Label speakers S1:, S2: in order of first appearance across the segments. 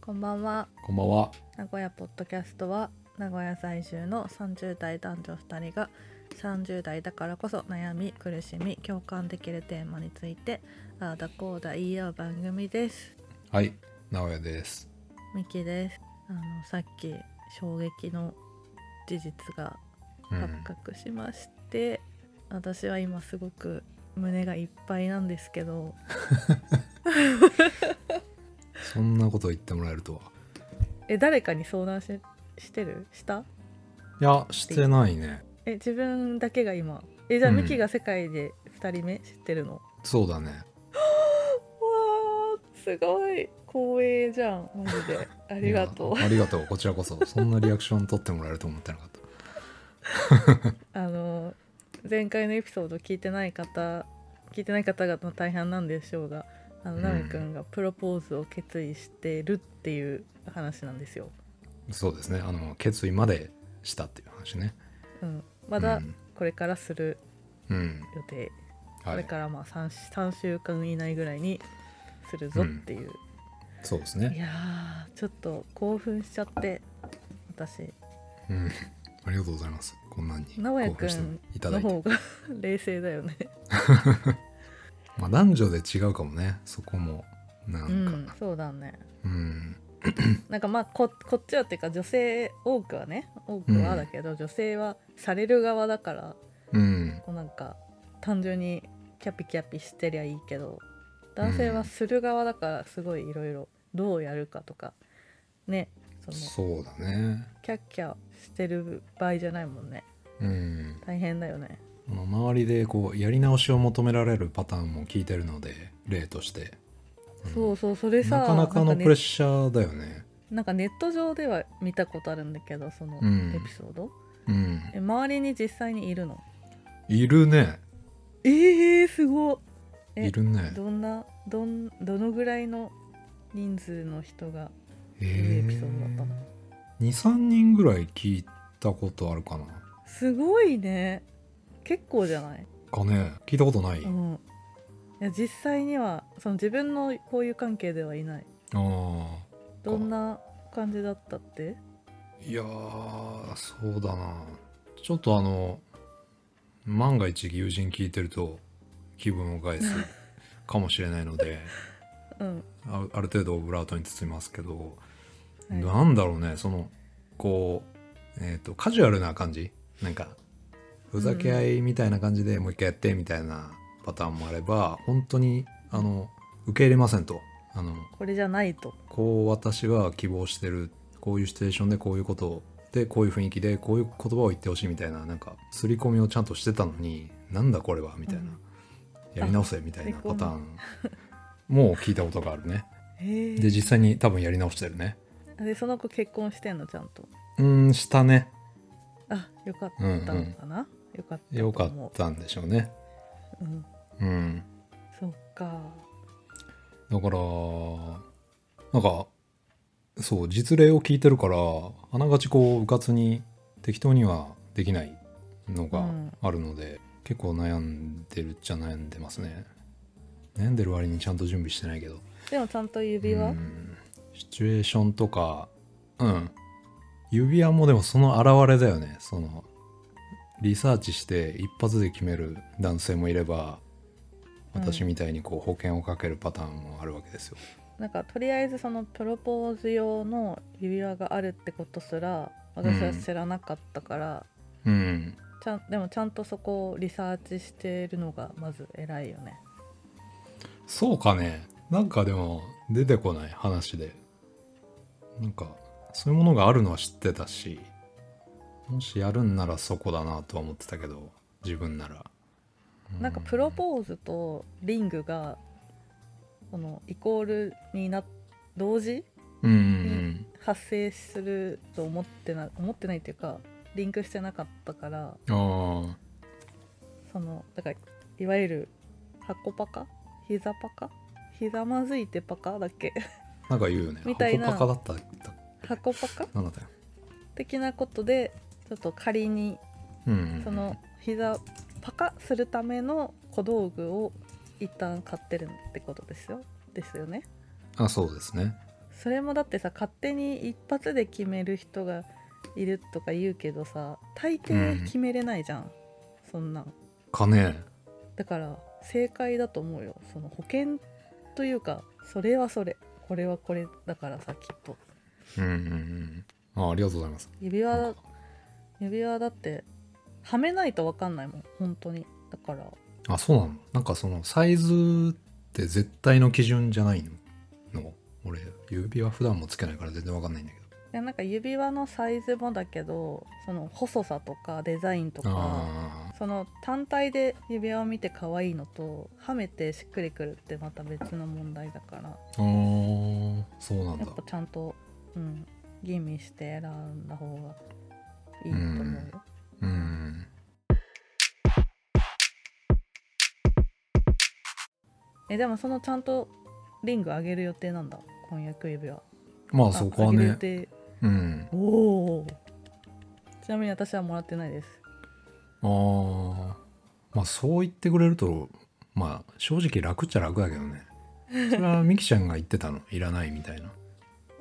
S1: こんばんは
S2: こんばんは。
S1: 名古屋ポッドキャストは名古屋在住の30代男女2人が30代だからこそ悩み苦しみ共感できるテーマについてああだこうだ言い合う番組です
S2: はい、直哉です。
S1: ミキですあのさっき衝撃の事実が
S2: うん、
S1: 発覚しまして、私は今すごく胸がいっぱいなんですけど
S2: そんなこと言ってもらえるとは。
S1: え誰かに相談ししてるした
S2: いや、してないね。
S1: え自分だけが今えじゃあ
S2: うん
S1: ミキが世界で2人目知ってるの、わ
S2: そうだね。
S1: ーすごい光栄じゃんマジ であ
S2: あ
S1: りがとう
S2: ありがとう、こちらこそ。 そんなリアクション取ってもらえると思ってなかった。
S1: あの前回のエピソード聞いてない方聞いてない方々の大半なんでしょうがあの
S2: うん
S1: ナミ君がプロポーズを決意してるっていう話なんですよ、
S2: そうですね。あの、決意までしたっていう話ね。
S1: うん、まだ
S2: うん
S1: これからする
S2: うん。
S1: 予定、こ
S2: は
S1: れ
S2: い。
S1: からまあ 3, 3週間以内ぐらいにするぞっていう、
S2: そうです
S1: い
S2: ね。
S1: やーちょっと興奮しちゃって私
S2: うん。ありがとうございます。こんなに
S1: 直哉
S2: 興奮していただ
S1: の方
S2: いて。
S1: が 冷静だよね
S2: まあ、男女で違うかもね。そこも。な
S1: うん
S2: んか。
S1: そうだね
S2: うん。
S1: なんかまあここっちはっていうか女性多くはね多くはだけど、女性はされる側だから
S2: うん。
S1: こうなんか単純にキャピキャピしてりゃいいけど男性はする側だからすごいいろいろどうやるかとかねその
S2: そうだね。
S1: キャッキャしてる場合じゃないもんね
S2: うん。
S1: 大変だよね
S2: あの周りでこうやり直しを求められるパターンも聞いてるので例として、うん
S1: そうそうそれさ
S2: なかなか
S1: な
S2: の
S1: ん
S2: プ
S1: ね
S2: レッシャーだよね
S1: なんかネット上では見たことあるんだけどその
S2: うん
S1: エピソード、
S2: うん
S1: え周りに実際にいるの
S2: いるね
S1: ええすごっえ
S2: いるね
S1: どんなどんどのぐらいの人数の人が
S2: え
S1: エピソードだったな
S2: 23人ぐらい聞いたことあるかな
S1: すごいね結構じゃない、
S2: かね聞いたことない、
S1: う
S2: あ
S1: ん、いや実際にはその自分の交友関係ではいない
S2: あ
S1: どんな感じだったって
S2: いやーそうだなちょっとあの万が一友人聞いてると気分を 害すかもしれないので
S1: うん、
S2: あある程度オブラートに包みますけど
S1: はい
S2: なんだろうねそのこう、えー、とカジュアルな感じなんかふざけ合いみたいな感じでもう一回やってみたいなパターンもあれば本当にあの受け入れませんとあの
S1: これじゃないと
S2: こう私は希望してるこういうシチュエーションでこういうことでこういう雰囲気でこういう言葉を言ってほしいみたいななんか刷り込みをちゃんとしてたのになんだこれはみたいな、
S1: うん
S2: やり直せみたいな
S1: 刷り込
S2: パ
S1: み
S2: ターンもう聞いたことがあるね
S1: へ
S2: で
S1: え
S2: 実際に多分やり直してるね
S1: でその子結婚してんのちゃんと
S2: うーんしたね
S1: あよかったのかな、よかったと
S2: よか
S1: 思
S2: っ、たんでしょうね。
S1: うん、
S2: うん。
S1: そっか
S2: だから、なんか、そう、実例を聞いてるから、あながちこう、うかつに適当にはできないの
S1: う
S2: が
S1: ん
S2: あるので、結構悩んでるっちゃ悩んでますね。悩んでる割にちゃんと準備してないけど。
S1: でもちゃんと指輪、
S2: うんシチュエーションとか、うん。指輪もでもその表れだよね。その、リサーチして一発で決める男性もいれば、
S1: うん
S2: 私みたいにこう保険をかけるパターンもあるわけですよ。
S1: なんかとりあえずそのプロポーズ用の指輪があるってことすら私は知らなかったから、
S2: うん。
S1: ちゃんでもちゃんとそこをリサーチしてるのがまず偉いよね
S2: そうかね。なんかでも出てこない話で。なんか、そういうものがあるのは知ってたし、もしやるんならそこだなとは思ってたけど、自分なら。う
S1: なんかプロポーズとリングがこのイコールにな同時
S2: うんうん
S1: 発生すると思ってな思ってないっていうかリンクしてなかったから
S2: うん。ああ。
S1: そのだからいわゆる箱パカ膝パカひざまずいてパカだっけ
S2: なんか言うよね。
S1: みたいな
S2: 箱パカだった。
S1: 箱パカ
S2: なんだったよ。
S1: 的なことでちょっと仮に
S2: うんうんうん。
S1: その膝パカするための小道具を一旦買ってるってことですよですよね
S2: あ、そうですね。
S1: それもだってさ勝手に一発で決める人がいるとか言うけどさ大
S2: うん
S1: 抵決めれないじゃん、そんなん
S2: かね
S1: だから正解だと思うよその保険というかそれはそれこれはこれだからさきっと
S2: うんうんうんあありがとうございます
S1: 指
S2: な
S1: 輪
S2: んか
S1: 指輪だってはめないと分かんないもん本当にだから
S2: あそうなのなんかそのサイズって絶対の基準じゃないのの俺指輪普段もつけないから全然わかんないんだけど
S1: いやなんか指輪のサイズもだけどその細さとかデザインとか
S2: あ
S1: その単体で指輪を見て可愛いのとはめてしっくりくるってまた別の問題だから
S2: ーあーそうなん
S1: や
S2: だ
S1: っぱちゃんと、うん、吟味して選んだ方がいいと思うよ。
S2: うん
S1: えでもそのちゃんとリングあげる予定なんだ婚約指輪
S2: まあ
S1: あ
S2: そこは
S1: あげる予
S2: ね
S1: 定
S2: うん
S1: おおちなみに私はもらってないです
S2: あーまあそう言ってくれるとまあ正直楽っちゃ楽だけどねそれはミキちゃんが言ってたのいらないみたいな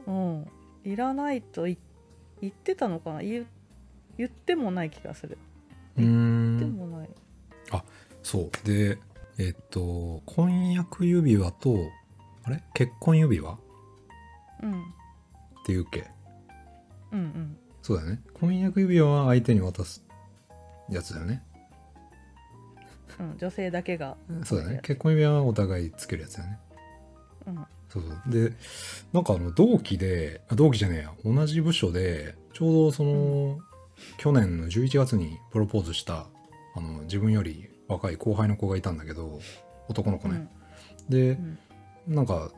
S1: うんいらないとい言ってたのかな言う言ってもない気がする
S2: う
S1: 言
S2: ー
S1: って
S2: ん
S1: もない
S2: そうでえっと婚約指輪とあれ結婚指輪っ
S1: うん
S2: ていうっけ
S1: うんうん
S2: そうだよね婚約指輪は相手に渡すやつだよね
S1: うん女性だけが
S2: そうだね結婚指輪はお互いつけるやつだよね
S1: うん
S2: そうそうでなんかあの同期であ同期じゃねえや同じ部署でちょうどその、去年の11月にプロポーズしたあの自分より若い後輩の子がいたんだけど男の子ね、で
S1: うん
S2: なんか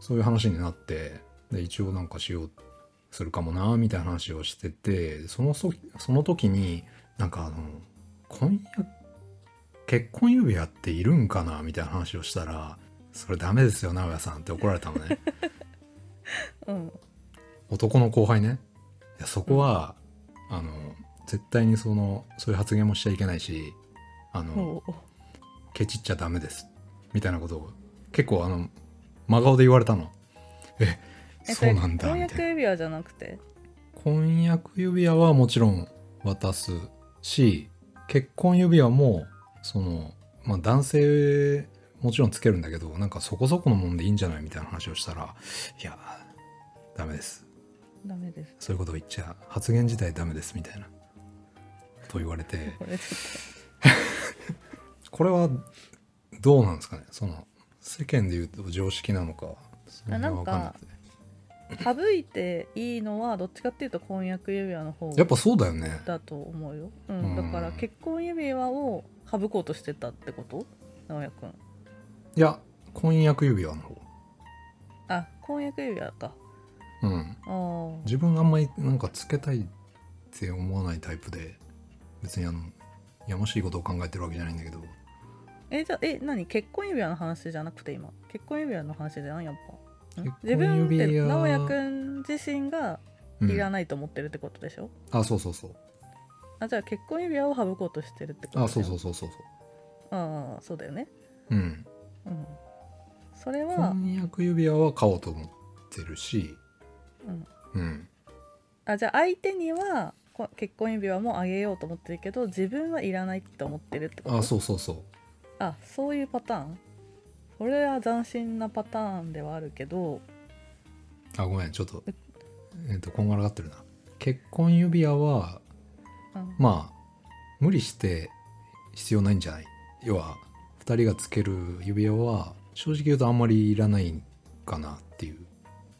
S2: そういう話になってで一応なんかしようするかもなみたいな話をしててそのそその時になんかあの婚約結婚指輪っているんかなみたいな話をしたら「それダメですよ直哉さん」って怒られたの ね
S1: うん
S2: 男の後輩ねいやそこは、あの絶対にそのそういう発言もしちゃいけないしあ
S1: うん
S2: の
S1: おー
S2: ケチっちゃダメですみたいなことを結構あの真顔で言われたのえ
S1: え
S2: そうなんだ
S1: それ婚
S2: みた
S1: 約
S2: いな
S1: 指輪じゃなくて
S2: 婚約指輪はもちろん渡すし結婚指輪もその、まあ、男性もちろんつけるんだけどなんかそこそこのもんでいいんじゃないみたいな話をしたらいやダメです
S1: ダメです
S2: そういうことを言っちゃ発言自体ダメですみたいなと言われて
S1: これち
S2: これはどうなんですかねその世間で言うと常識なのかそれは分かんなくて
S1: ょっと省いていいのはどっちかっていうと婚約指輪の方
S2: やっぱそうだよね
S1: だと思うよ、う
S2: うん
S1: ん、だから結婚指輪を省こうとしてたってこと直哉くん
S2: いや婚約指輪の方
S1: あ婚約指輪か
S2: うん
S1: あー
S2: 自分あんまりなんかつけたいって思わないタイプで別にあのやましいことを考えてるわけじゃないんだけど
S1: えじゃあえ何結婚指輪の話じゃなくて今結婚指輪の話じゃんやっぱん
S2: 結婚
S1: 自分って
S2: 指輪
S1: 直哉くん自身が
S2: うん
S1: いらないと思ってるってことでしょ、
S2: あそうそうそう
S1: あじゃあ結婚指輪を省こうとしてるってこと
S2: あそうそううそうそうそ
S1: ああそうだよね
S2: ううん
S1: うんそれは、
S2: 婚約指輪は買おうと思ってるし
S1: うん、
S2: うん
S1: あじゃあ相手にはこ結婚指輪もあげようと思ってるけど自分はいらないって思ってるってこと
S2: あそうそうそう
S1: あそういうパターンそれは斬新なパターンではあるけど
S2: あごめんちょっとえっ、とこんがらがってるな結婚指輪は
S1: うん
S2: まあ無理して必要ないんじゃない要は2人がつける指輪は正直言うとあんまりいらないかなっていう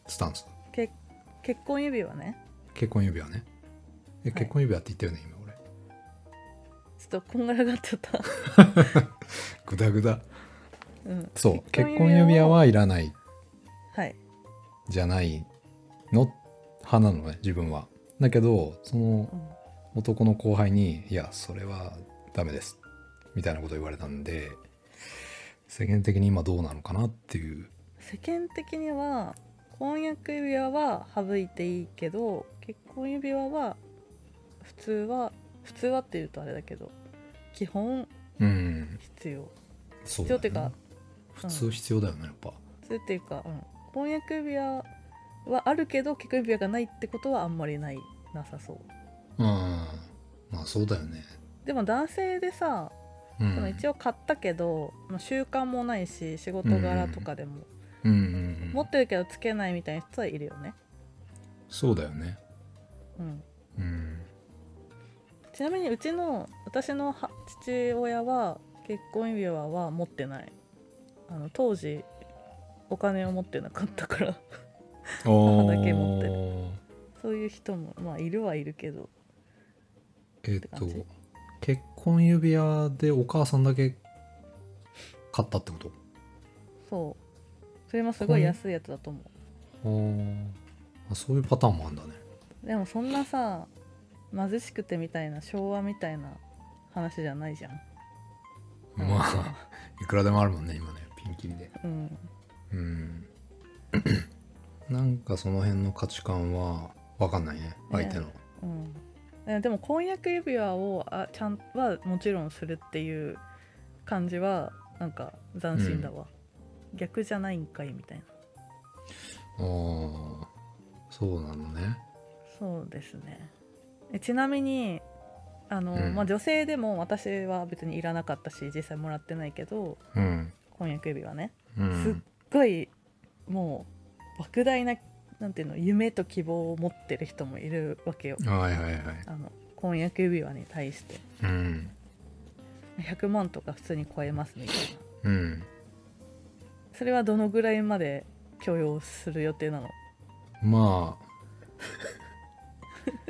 S2: スタンス
S1: け結婚指輪ね
S2: 結婚指輪ねえ
S1: はい
S2: 結婚指輪って言ったよね、今俺
S1: ちょっとこんがらがっちゃった、
S2: グダグダ
S1: うん、
S2: そう
S1: 結
S2: 結
S1: 婚指輪を
S2: 婚指輪はいらない
S1: はい
S2: じゃないの派なのね自分はだけどその
S1: うん
S2: 男の後輩に「いやそれはダメです」みたいなこと言われたんで世間的に今どうなのかなっていう
S1: 世間的には婚約指輪は省いていいけど結婚指輪は普通は普通はっていうとあれだけど基本
S2: うん
S1: 必要
S2: そう
S1: 必
S2: だ
S1: 要っ
S2: よ
S1: て
S2: ね
S1: いうか
S2: 普通必要だよねやっぱ
S1: 普通っていうか、うん、婚約指輪はあるけど結婚指輪がないってことはあんまりないなさそう
S2: うんまあそうだよね
S1: でも男性でさ、
S2: う
S1: その
S2: ん
S1: 一応買ったけど、まあ、習慣もないし仕事柄とかでも、
S2: うんうんう
S1: 持
S2: ん
S1: ってるけどつけないみたいな人はいるよね、
S2: そうだよね
S1: うん、
S2: うん
S1: ちなみにうちの私のは父親は結婚指輪は持ってないあの当時お金を持ってなかったから
S2: あ
S1: だけ持ってるそういう人もまあいるはいるけど
S2: えってと
S1: 感じ
S2: 結婚指輪でお母さんだけ買ったってこと
S1: そうそれもすごい安いやつだと思
S2: あーあそういうパターンもあんだね
S1: うでもそんなさ貧しくてみたいな昭和みたいな話じゃないじゃん
S2: まあ いくらでもあるもんね今ねピンキリで
S1: うん
S2: うん なんかその辺の価値観は分かんないね相手の、
S1: うんえでも婚約指輪をあちゃんはもちろんするっていう感じはなんか斬新だわ、逆じゃないんかいみたいな
S2: ああそうなのね
S1: そうですねえちなみにあの、
S2: うん
S1: まあ、女性でも私は別にいらなかったし実際もらってないけど
S2: うん、
S1: 婚約指輪ね
S2: う
S1: すっ
S2: ん、
S1: ごいもう莫大ななんていうの夢と希望を持ってる人もいるわけよ
S2: はいはいはい
S1: あの婚約指輪に対して
S2: うん
S1: 100万とか普通に超えますみたいな
S2: うん
S1: それはどのぐらいまで許容する予定なの
S2: ま あ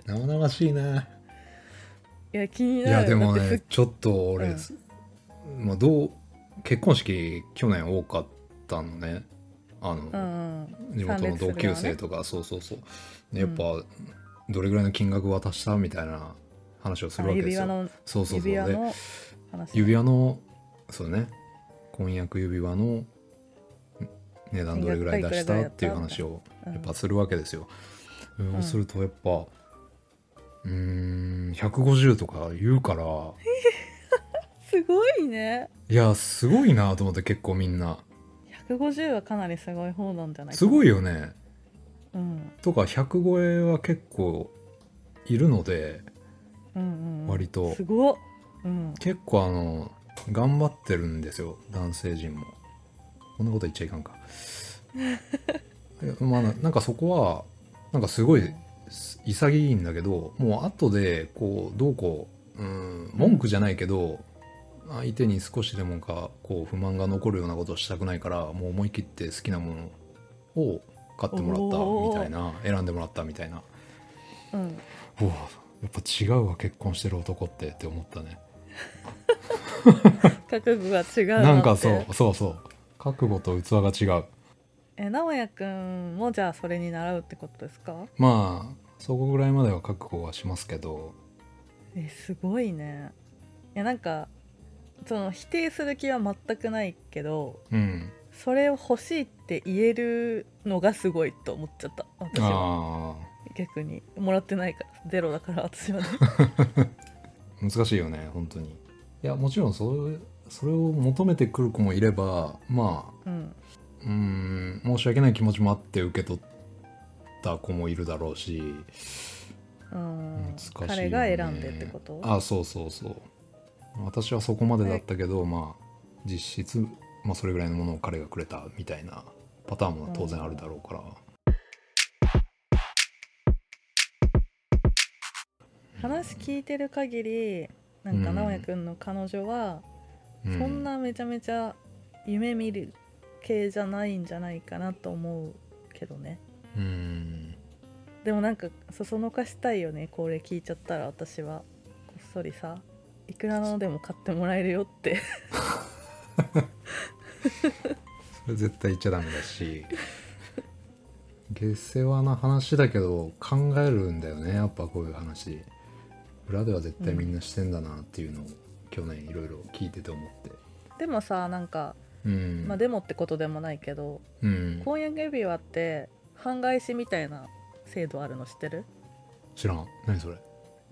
S2: 生々しいね
S1: いや気に
S2: い
S1: なる
S2: やでも
S1: だって
S2: ね
S1: すっ
S2: ちょっと俺、まあどう結婚式去年多かったのねあ
S1: うん
S2: の、
S1: うん
S2: 地元の同級
S1: 参列する側
S2: 生
S1: ね
S2: とか、そうそうそう
S1: うん
S2: やっぱ、どれぐらいの金額渡したみたいな話をす
S1: あ
S2: る
S1: の
S2: わけで
S1: 指
S2: す
S1: 輪
S2: よ
S1: の
S2: そうそうそう
S1: 指輪
S2: で
S1: の話
S2: 指輪のそうね婚約指輪のん値段どれぐらい出したっていう話を
S1: うん
S2: やっぱするわけですよ、
S1: ん
S2: そうするとやっぱうーん150とか言うから
S1: すごいね
S2: いやすごいなと思って結構みんな
S1: 150はかなりすごい方なんじゃないかな
S2: すごいよね
S1: うん、
S2: とか100超えは結構いるので
S1: うんうんうん
S2: 割と
S1: すごっうん
S2: 結構あの頑張ってるんですよ男性陣もこんなこと言っちゃいかんか いやまあななんかそこはなんかすごいす潔いんだけどもう後でこうどうこううん文句じゃないけど相手に少しでもかこう不満が残るようなことをしたくないからもう思い切って好きなものを買っても
S1: おー
S2: らったみたいな選んでもらったみたいな
S1: うん
S2: おおやっぱ違うわ結婚してる男ってって思ったね
S1: 覚悟が違うなって
S2: なんかそうそうそう覚悟と器が違う
S1: え直哉くんもじゃあそれに習うってことですか
S2: まあそこぐらいまでは覚悟はしますけど
S1: えすごいねいやなんかその否定する気は全くないけど
S2: うん
S1: それを欲しいって言えるのがすごいと思っちゃった私は
S2: あ
S1: 逆にもらってないからゼロだから私はね
S2: ー難しいよね本当にいやもちろんそれそれを求めてくる子もいればま
S1: う
S2: あ
S1: ん
S2: うーん申し訳ない気持ちもあって受け取った子もいるだろうし
S1: うん
S2: 難しいよね
S1: 彼が選んでってこと
S2: あそうそうそう私はそこまでだったけど、まあ実質、まあ、それぐらいのものを彼がくれたみたいなパターンも当然あるだろうから、
S1: 話聞いてる限りなんか
S2: うん
S1: 直哉くんの彼女は、
S2: う
S1: そんなめちゃめちゃ夢見る系じゃないんじゃないかなと思うけどね
S2: うん
S1: でもなんかそそのかしたいよねこれ聞いちゃったら私はこっそりさいくらのでも買ってもらえるよって
S2: それ絶対言っちゃダメだし 下世話な話だけど考えるんだよねやっぱこういう話裏では絶対みんなしてんだなっていうのを、去年いろいろ聞いてて思って
S1: でもさなんか、
S2: うん
S1: まあ、でもってことでもないけど
S2: うん
S1: 婚約指輪って半返しみたいな制度あるの知ってる
S2: 知らん何それ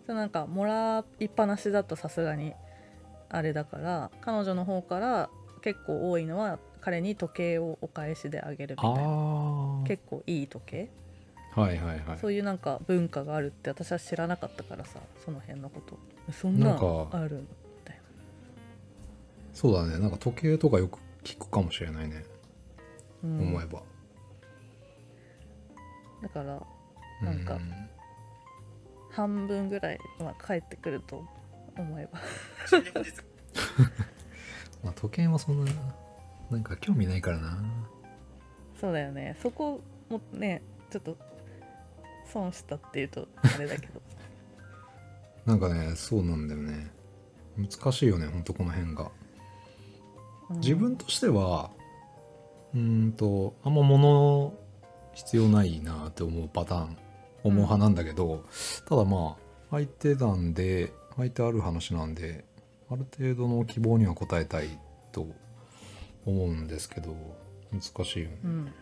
S1: そうなんかもらいっぱなしだとさすがにあれだから彼女の方から結構多いのは彼に時計をお返しであげるみ
S2: あ
S1: たいな
S2: あ
S1: 結構いい時計
S2: はいはいはい
S1: そういうなんか文化があるって私は知らなかったからさその辺のことそんな
S2: なんか
S1: ある
S2: そうだねなんか時計とかよく聞くかもしれないね、
S1: うん
S2: 思えば
S1: だからなんか
S2: う
S1: 半分ぐらいは帰ってくると思えば
S2: まあ、時計はそんななんか興味ないからな
S1: そうだよねそこもねちょっと損したっていうとあれだけど
S2: なんかねそうなんだよね難しいよねほんとこの辺が
S1: うん
S2: 自分としてはうーんとあんま物必要ないなって思うパターン思う派なんだけど、ただまあ相手なんで相手ある話なんである程度の希望には応えたいと思うんですけど難しいよね。
S1: うん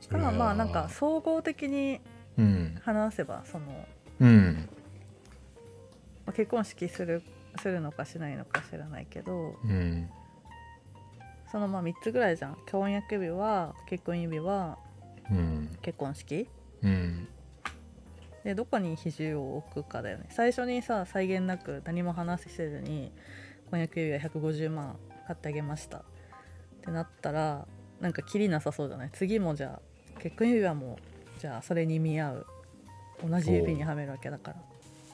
S2: そ
S1: た
S2: れは
S1: だまあなんか総合的に
S2: うん
S1: 話せばそのま
S2: うん
S1: あ結婚式するするのかしないのか知らないけど
S2: うん
S1: そのまあ3つぐらいじゃん婚約日は結婚指輪
S2: うん
S1: 結婚式
S2: うん
S1: でどこに比重を置くかだよね最初にさ際限なく何も話せずに婚約指輪150万買ってあげましたってなったらなんかキリなさそうじゃない次もじゃあ結婚指輪もじゃあそれに見合う同じ指にはめるわけだから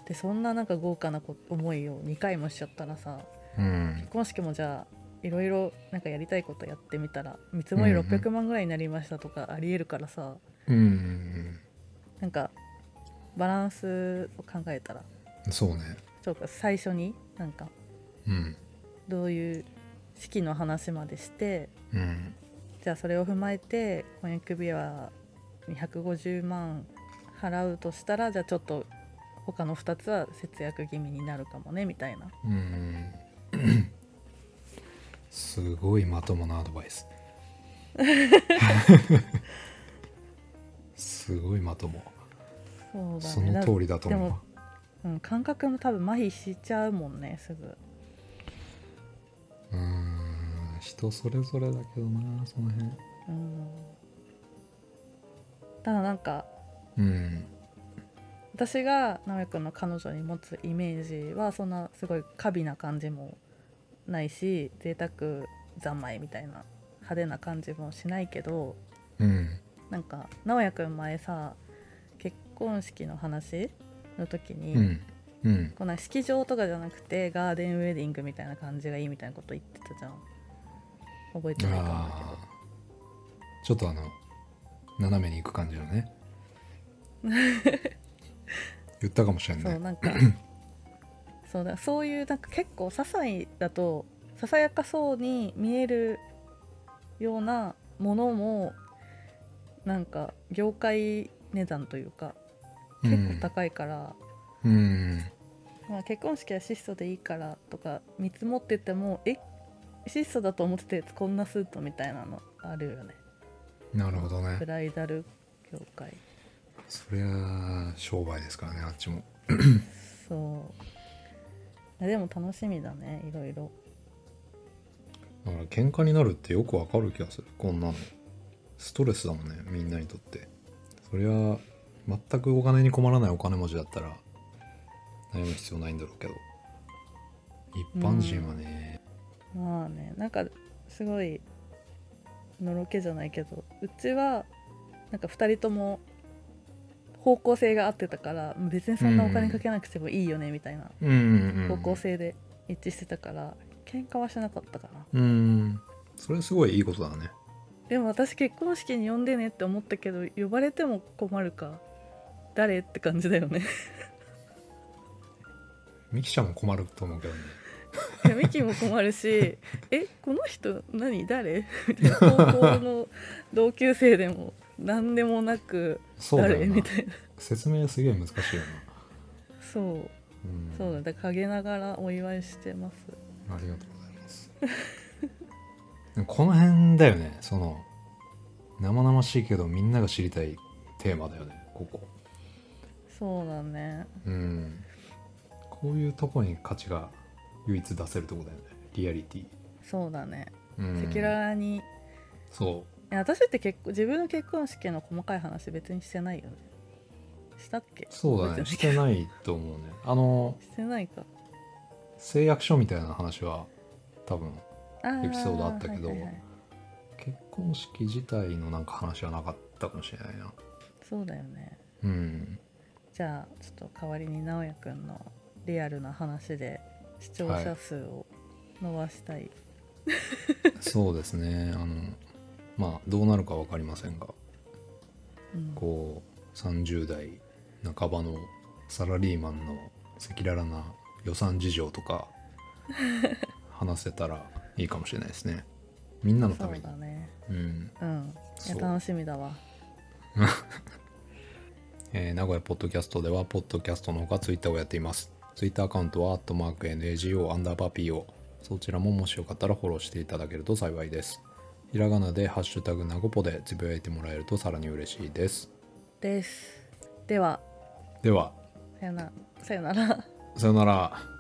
S1: でそんななんか豪華なこ思いを2回もしちゃったらさ
S2: うん
S1: 結婚式もじゃあいろいろなんかやりたいことやってみたら見積もり600万ぐらいになりましたとかありえるからさ、
S2: うん
S1: なんかバランスを考えたら
S2: そうね
S1: そうか最初になんか
S2: うん
S1: どういう式の話までして
S2: うん
S1: じゃあそれを踏まえて婚約指輪に150万払うとしたらじゃあちょっと他の2つは節約気味になるかもねみたいな
S2: うんすごいまともなアドバイスすごいまとも
S1: そうだ
S2: そ
S1: ね
S2: の
S1: だ
S2: 通りだと思
S1: で
S2: う
S1: もうん、感覚も多分麻痺しちゃうもんねすぐ
S2: うーん人それぞれだけどなその辺
S1: うんただなんか
S2: うん
S1: 私が直也くんの彼女に持つイメージはそんなすごい華美な感じもないし贅沢三昧みたいな派手な感じもしないけど
S2: うん
S1: なんか直也くん前さ結婚式の話の時に、
S2: うんうん
S1: こんな式場とかじゃなくてガーデンウェディングみたいな感じがいいみたいなこと言ってたじゃん覚えてないと思うんだけ
S2: あーちょっとあの斜めに行く感じのね 言ったかもしれん
S1: どそう
S2: ね
S1: なんか そうだそういうなんか結構些細だとささやかそうに見えるようなものもなんか業界値段というか結構高いから、
S2: うん
S1: まあ、結婚式は質素でいいからとか見積もっててもえ質素だと思ってたやつこんなスートみたいなのあるよね
S2: なるほどね
S1: ブライダル業界
S2: そりゃ商売ですからねあっちも
S1: そういやでも楽しみだねいろいろ
S2: だから喧嘩になるってよくわかる気がするこんなのストレスだもんねみんなにとってそりゃ全くお金に困らないお金持ちだったら悩む必要ないんだろうけど一般人はね
S1: まあねなんかすごいのろけじゃないけどうちはなんか2人とも方向性が合ってたから別にそんなお金かけなくてもいいよねみたいな
S2: うんうんう
S1: 方
S2: ん
S1: 向性で一致してたから喧嘩はしなかったかな
S2: うんそれすごいいいことだね
S1: でも私結婚式に呼んでねって思ったけど呼ばれても困るか誰って感じだよね
S2: ミキちゃんも困ると思うけどね
S1: いやミキも困るしえこの人何誰みたいな高校の同級生でも何でもなく
S2: そうだ
S1: 誰
S2: よな
S1: みたいな
S2: 説明すげえ難しいよ
S1: そう
S2: な、ん、
S1: そうだだから陰ながらお祝いしてます
S2: ありがとうございます。 でもこの辺だよね、その、生々しいけどみんなが知りたいテーマだよね、ここ。
S1: そうだね
S2: うん。こういうとこに価値が唯一出せるとこだよね、リアリティ。
S1: そうだね
S2: うん
S1: 赤裸々にい
S2: そ
S1: や私って結構自分の結婚式の細かい話別にしてないよね
S2: う。
S1: したっけ
S2: そう だ
S1: 覚
S2: ね
S1: え
S2: してて
S1: ない
S2: ないと思うねあの
S1: けどしてないか
S2: 誓約書みたいな話は多分
S1: あー
S2: エピソードあったけど
S1: はいはいはい
S2: 結婚式自体のなんか話はなかったかもしれないな
S1: そうだよね
S2: うん
S1: じゃあちょっと代わりに直也くんのリアルな話で視聴者数を伸ばしたい、
S2: そうですねあのまあどうなるか分かりませんが
S1: うん
S2: こう30代半ばのサラリーマンの赤裸々な予算事情 とか話せたらいいかもしれないですねみんなのた
S1: そ
S2: め
S1: う
S2: に
S1: だね
S2: うん
S1: うんい
S2: そ
S1: や
S2: う
S1: 楽しみだわ
S2: えー名古屋ポッドキャストでは、ポッドキャストのほかツイッターをやっています。ツイッターアカウントは、アットマーク NAGO アンダーバー PO。そちらももしよかったらフォローしていただけると幸いです。ひらがなで、ハッシュタグなごぽでつぶやいてもらえるとさらに嬉しいです。
S1: ですでは
S2: では、
S1: さよなさよなら
S2: さよなら。